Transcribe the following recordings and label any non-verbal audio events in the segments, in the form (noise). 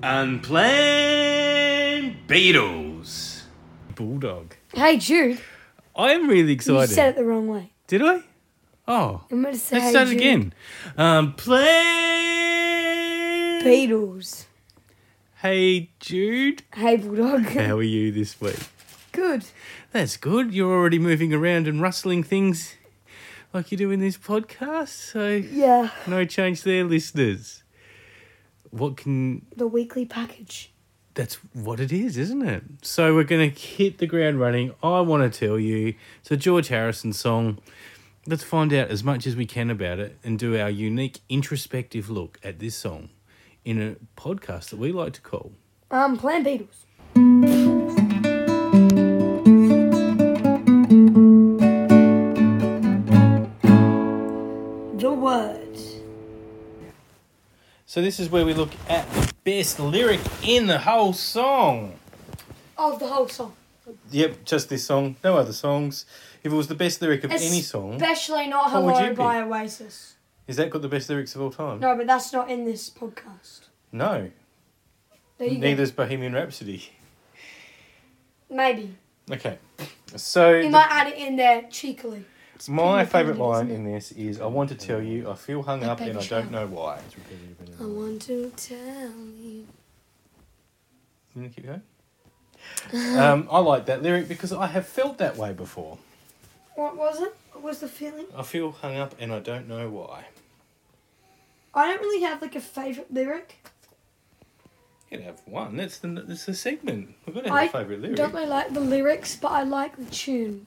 Cleveland Plain Beatles. Bulldog. Hey Jude, I'm really you excited. said it the wrong way. Did I? Oh. I'm going to say Let's hey start Jude. again. Um, play. Beatles. Hey, Jude. Hey Bulldog. How are you this week? Good. That's good. You're already moving around and rustling things like you do in this podcast. So, Yeah. no change there, listeners. What can. The weekly package. That's what it is, isn't it? So, we're going to hit the ground running. I want to tell you it's a George Harrison song. Let's find out as much as we can about it and do our unique introspective look at this song in a podcast that we like to call Um, Plan Beatles. The word. So this is where we look at the best lyric in the whole song. Of the whole song. Yep, just this song, no other songs. If it was the best lyric of any song, Especially not Oh. What would Hello you by Oasis. is that got the best lyrics of all time? No, but that's not in this podcast. No, There you go. neither's Bohemian Rhapsody. Maybe. Okay, so You the- might add it in there cheekily. my pretty favourite repetitive, line isn't in this is, "I want to tell you, I feel hung up baby and I shower. Oh. don't know why." I want to tell you. You wanna keep going. (laughs) um, I like that lyric because I have felt that way before. What was it? What was the feeling? I feel hung up and I don't know why. I don't really have like a favourite lyric. You can have one. That's the that's the segment. We've got to I have a favourite lyric. Don't really like the lyrics, but I like the tune.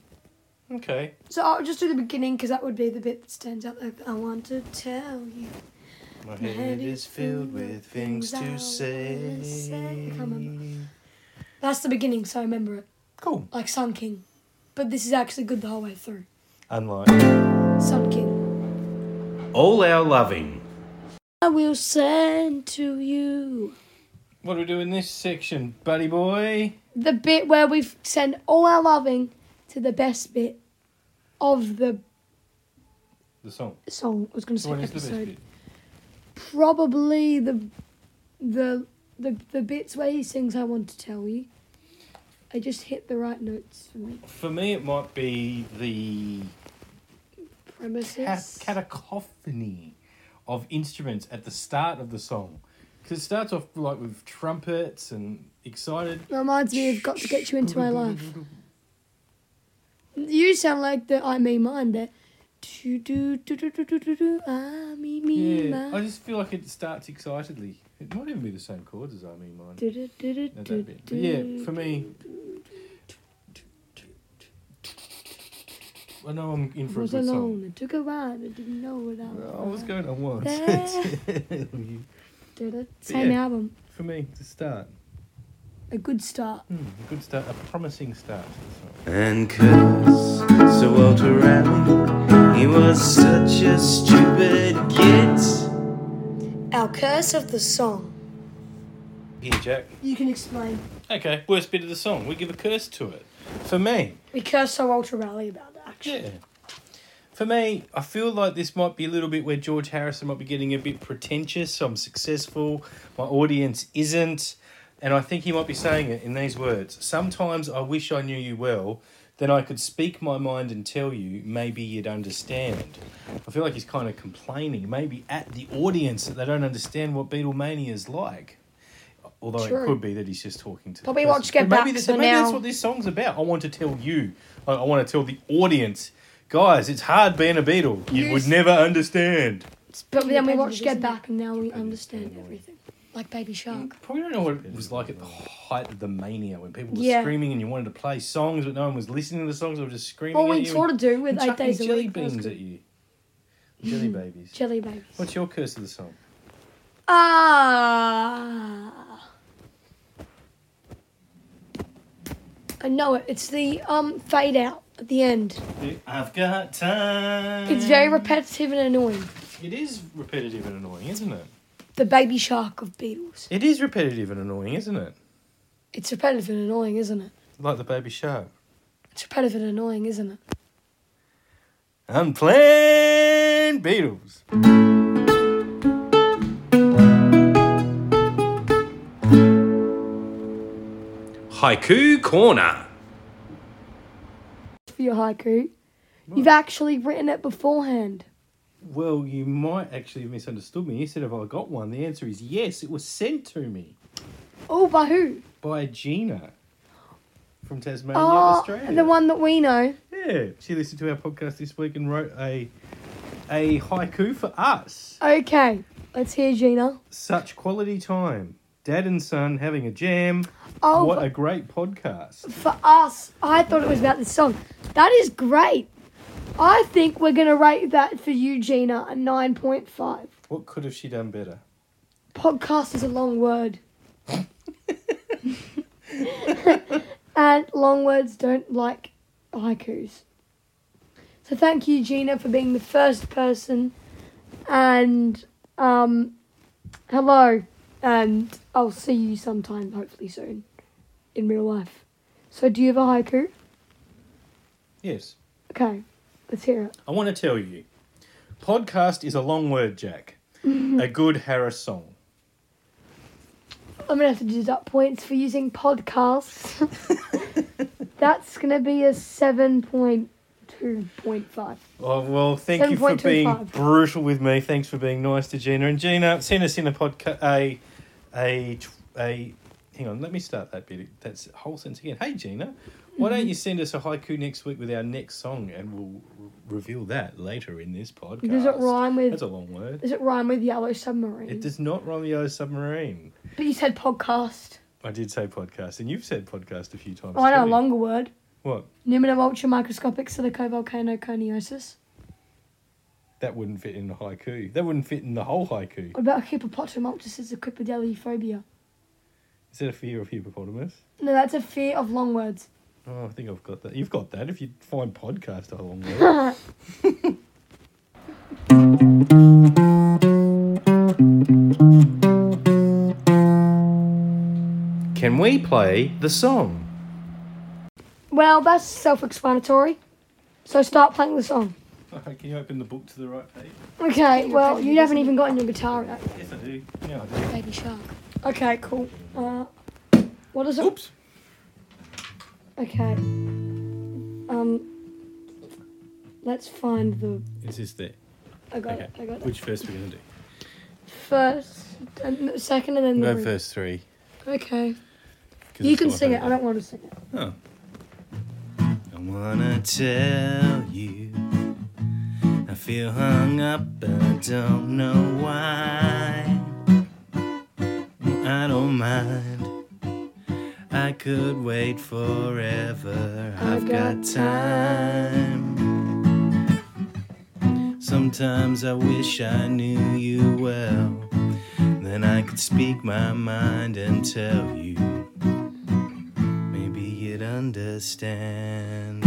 Okay. So I'll just do the beginning because that would be the bit that stands out. Like, I want to tell you. My My head is filled with things I wanna say. I can't remember. That's the beginning, so I remember it. Cool. Like Sun King. But this is actually good the whole way through. Unlike Sun King. All our loving. I will send to you. what do we do in this section, buddy boy? The bit where we send all our loving to the best bit of the The song. song. I was going to say What is the episode. best bit? probably the the the the bits where he sings I want to tell you. I just hit the right notes for me. For me, it might be the ca- Premises. cacophony of instruments at the start of the song, because it starts off like with trumpets and excited. Reminds me of Got to Get You Into My (laughs) Life. You sound like the I Me Mine there. Do do do do do do do do I Me Me Yeah, I Mine. just feel like it starts excitedly. It might even be the same chords as I mean mine. Do do do do at do that bit. do. But yeah, for me. I know I'm in I for a was good song. alone. I took a ride. I didn't know what I was. I was going on once. There. Do the Same yeah. album. (laughs) for me, to start. A good start. Hmm, a good start, a promising start to the song. And cause Sir Walter Raleigh, he was such a stupid git. Our curse of the song. Here, Jack. You can explain. Okay, worst bit of the song. We give a curse to it. For me, We cursed our ultra rally about that. Actually, yeah. For me, I feel like this might be a little bit where George Harrison might be getting a bit pretentious. I'm successful, my audience isn't. And I think he might be saying it in these words Sometimes I wish I knew you well, then I could speak my mind and tell you, maybe you'd understand. I feel like he's kind of complaining, maybe at the audience, that they don't understand what Beatlemania is like. Although True. it could be that he's just talking to. the Probably person. wants to get But back, this- so maybe that's now- what this song's about. I want to tell you. I, I want to tell the audience, guys. It's hard being a Beatle. You Yes. would never understand. but then we Independent watched Get isn't Back, and now we understand everything. Like Baby Shark. Probably don't know what it was like at the height of the mania when people were Yeah. screaming and you wanted to play songs, but no one was listening to the songs. They were just screaming. All at we you sort Mm. and of do with eight chucking days a jelly week. was beans at you. (laughs) Jelly babies. Jelly babies. What's your curse of the song? Ah. I know it. It's the um fade out at the end. I've got time. It's very repetitive and annoying. It is repetitive and annoying, isn't it? The Baby Shark of Beatles. It is repetitive and annoying, isn't it? It's repetitive and annoying, isn't it? Like the baby shark. It's repetitive and annoying, isn't it? I'm playing Beatles. Haiku Corner. for your haiku. You've actually written it beforehand. Well, you might actually have misunderstood me. You said, Have I got one? The answer is yes. It was sent to me Oh, by who? by Gina from Tasmania, Oh, Australia. the one that we know. Yeah, she listened to our podcast this week and wrote a a haiku for us. Okay, let's hear Gina. Such quality time. Dad and son having a jam. Oh, what for- a great podcast. for us, I thought it was about the song. That is great. I think we're gonna rate that for you, Gina, a nine point five. What could have she done better? Podcast is a long word. and long words don't like haikus. So thank you, Gina, for being the first person. And um, hello. And I'll see you sometime, hopefully soon, in real life. So do you have a haiku? Yes. Okay, let's hear it. I want to tell you. Podcast is a long word, Jack. Mm-hmm. a good Harris song. I'm gonna have to deduct points for using podcasts. That's gonna be a seven point two point five. Oh, well, thank you for being 7.25. brutal with me. Thanks for being nice to Gina. And Gina, send us in a podcast, a, a, tw- a, hang on, let me start that bit, that's whole sentence again. Hey, Gina, why Mm-hmm. don't you send us a haiku next week with our next song and we'll r- reveal that later in this podcast. Does it rhyme with That's a long word. Does it rhyme with yellow submarine? It does not rhyme with Yellow Submarine. But you said podcast. I did say podcast, and you've said podcast a few times. Oh, I know a too. longer word. What? Numinum ultra microscopic silico volcano coniosis. That wouldn't fit in the haiku. That wouldn't fit in the whole haiku. What about hippopotamus equipodeliophobia? Is that a fear of hippopotamus? No, that's a fear of long words. Oh, I think I've got that. You've got that if you find podcast along there. (laughs) Can we play the song? Well, that's self-explanatory. So start playing the song. Okay, can you open the book to the right page? Okay. Well, you haven't even gotten your guitar out. Yes, I do. Yeah, I do. Baby shark. Okay. Cool. Uh, what is it? Oops. Okay. Um. Let's find the. It's this there. I got Okay. it. I got it. Which first we're going to do? First, and the second, and then the No, root. first three. Okay. 'cause You it's can my sing it. I favourite. don't want to sing it. Oh. I wanna tell you I feel hung up and I don't know why I don't mind I could wait forever I've I've got got time Sometimes I wish I knew you well Then I could speak my mind and tell you Maybe you'd understand.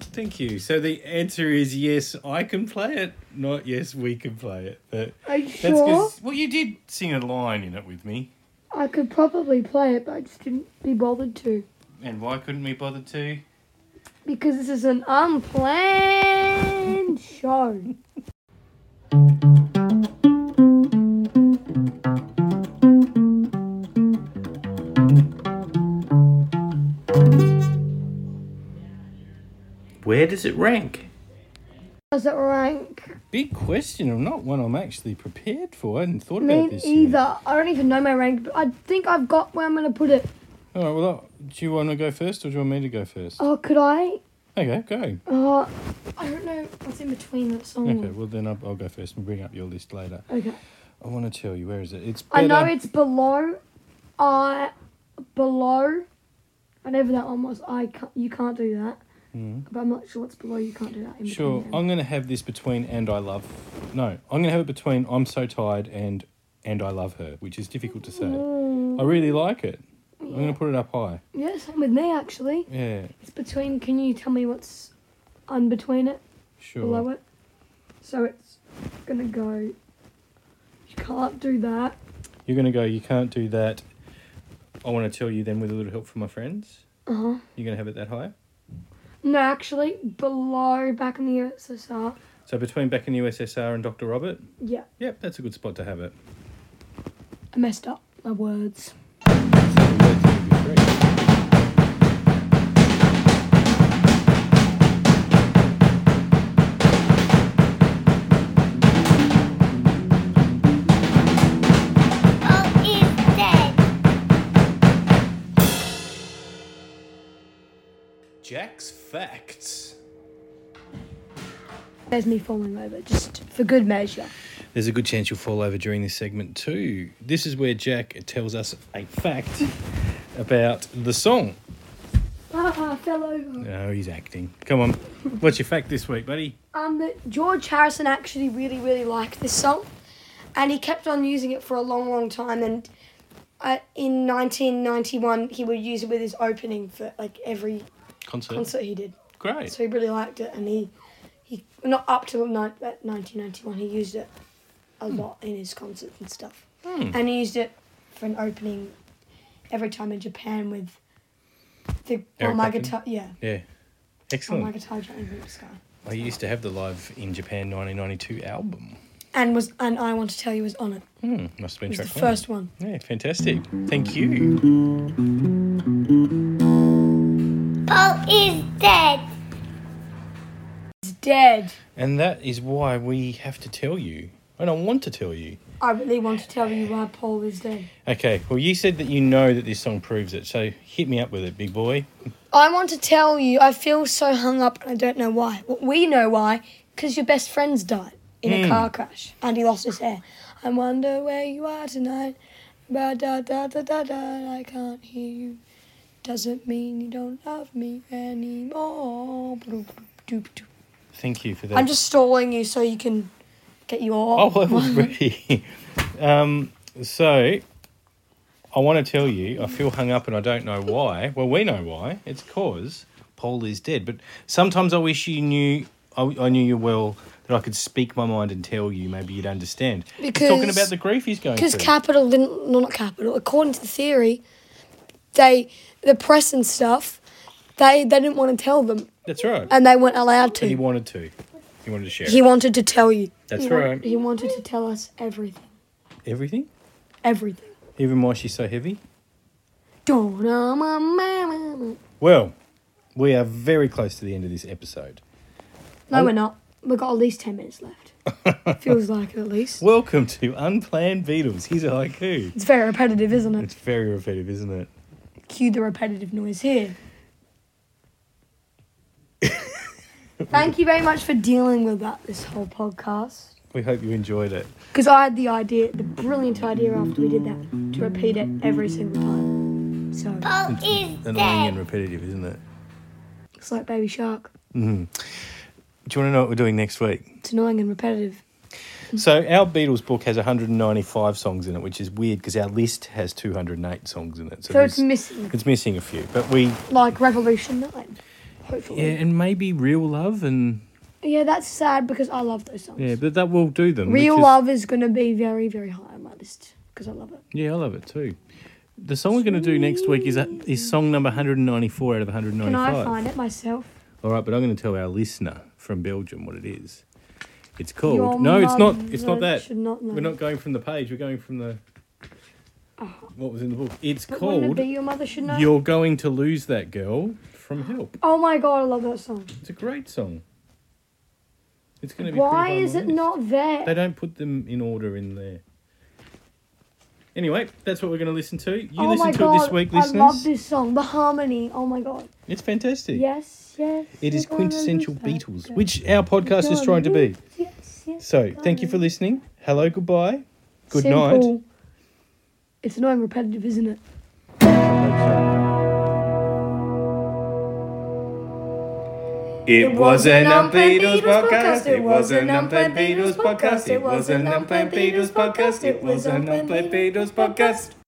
Thank you. So the answer is yes, I can play it. Not yes, we can play it. But Are you that's sure? 'cause- well, you did sing a line in it with me. I could probably play it, but I just didn't be bothered to. And why couldn't we bother to? Because this is an unplanned show. Where does it rank? Does it rank? Big question, and not one I'm actually prepared for. I hadn't thought Me about this. yet. either. I don't even know my rank, but I think I've got where I'm going to put it. All right. Well, uh, do you want to go first, or do you want me to go first? Oh, could I? Okay, go. Uh, I don't know what's in between that song. Okay. Well, then I'll, I'll go first and bring up your list later. Okay. I want to tell you where is it. It's better. I know it's below. I below. Whatever that one was, I can't, you can't do that. But I'm not sure what's below. You can't do that. In Mm. Sure. between them. I'm going to have this between and I love. No, I'm going to have it between I'm so tired and and I love her, which is difficult to say. I really like it. I'm going to put it up high. Mm. Yeah, same with me actually. Yeah, It's between. Can you tell me what's on between it, sure. below it? So it's gonna go. You can't do that. You're going to go, you can't do that. I want to tell you then with a little help from my friends. Uh huh. You're going to have it that high. No, actually, below back in the USSR. So between back in the USSR and Dr. Robert, Yeah, yep, that's a good spot to have it. I messed up. my words. Oh, is dead. Jack's facts. There's me falling over, just for good measure. There's a good chance you'll fall over during this segment too. This is where Jack tells us a fact about the song. Ah, I fell over. Oh, he's acting. Come on. What's your fact this week, buddy? Um, that George Harrison actually really, really liked this song, and he kept on using it for a long, long time. And uh, in 1991, he would use it with his opening for like every Concert. concert he did. Great. So he really liked it, and he, he not up to ni- that 1991, he used it a Hmm. lot in his concerts and stuff. And he used it for an opening every time in Japan with the Eric oh, my Clapton? Hmm. guitar, yeah, Yeah. oh, my Excellent. guitar giant in the sky. I used to have the Live in Japan 1992 album. And was and I want to tell you was on it. Hmm, must have been It was the track one. first one. Yeah, fantastic. Thank you. Paul is dead. It's dead. And that is why we have to tell you. And I want to tell you. I really want to tell you why Paul is dead. Okay, well, you said that you know that this song proves it, so hit me up with it, big boy. I want to tell you. I feel so hung up, and I don't know why. Well, we know why, because your best friend's died in a car crash, and he lost his hair. I wonder where you are tonight. Ba da da da da da. I can't hear you. Doesn't mean you don't love me anymore. Thank you for that. I'm just stalling you so you can get your. Oh, I was ready. (laughs) um, so, I want to tell you, I feel hung up and I don't know why. Well, we know why. It's because Paul is dead. But sometimes I wish you knew, I, I knew you well, that I could speak my mind and tell you. Maybe you'd understand. He's talking Because- about the grief he's going through. Because capital didn't, no, not capital. According to the theory, they, the press and stuff, they they didn't want to tell them, That's right. and they weren't allowed he to. wanted to. He wanted to share Uh, He it. wanted to tell you. That's He wa- right. He wanted to tell us everything, everything. everything. Even why she's so heavy. No, Well, we are very close to the end of this episode. we're not. We've got at least ten minutes (laughs) left. Feels like it at least. Welcome to Unplanned Beatles. Here's a haiku. It's very repetitive, isn't It's it? very repetitive, isn't it? Cue the repetitive noise (laughs) here. Thank you very much for dealing with that this whole podcast. We hope you enjoyed it. Because I had the idea, the brilliant idea after we did that, to repeat it every single time. So Paul is Annoying and dead. repetitive, isn't it? it's like Baby Shark. Do you want to know what we're doing next week? It's annoying and repetitive. So, our Beatles book has 195 songs in it, which is weird because our list has 208 songs in it. So, So it's there's- missing, it's missing a few. But we. like Revolution 9, Yeah, hopefully. and maybe Real Love and. Yeah, that's sad because I love those songs. Yeah, but that will do them. which Real is- Love is going to be very, very high on my list because I love it. Yeah, I love it too. The song we're going to do next week is, is song number 194 out of 195. Can I find it myself? All right, but I'm going to tell our listener from Belgium what it is. It's called. Your no, it's not. It's not mother that. should not know. We're not going from the page. We're going from the. What was in the book? It's But wouldn't it called. be Your Mother Should Know? You're going to lose that girl from Help. oh my god, I love that song. It's a great song. It's going to be. pretty Why high on is my it list. not there? They don't put them in order in there. Anyway, that's what we're going to listen to. You oh my listen to god, it this week, I love listeners. this song. The harmony. Oh my god. It's fantastic. Yes, yes. It is we're gonna quintessential lose that Beatles, girl. which our podcast is Gonna trying to be. lose- Yes, yes. So, thank you for listening. Hello, goodbye. Good Simple. It's annoying repetitive, isn't it? night. It was an Unplanned Unplanned Beatles Beatles podcast. podcast. It It was was an an Unplanned Unplanned Beatles Beatles podcast. It was an Unplanned Beatles podcast. It was an Unplanned Beatles podcast.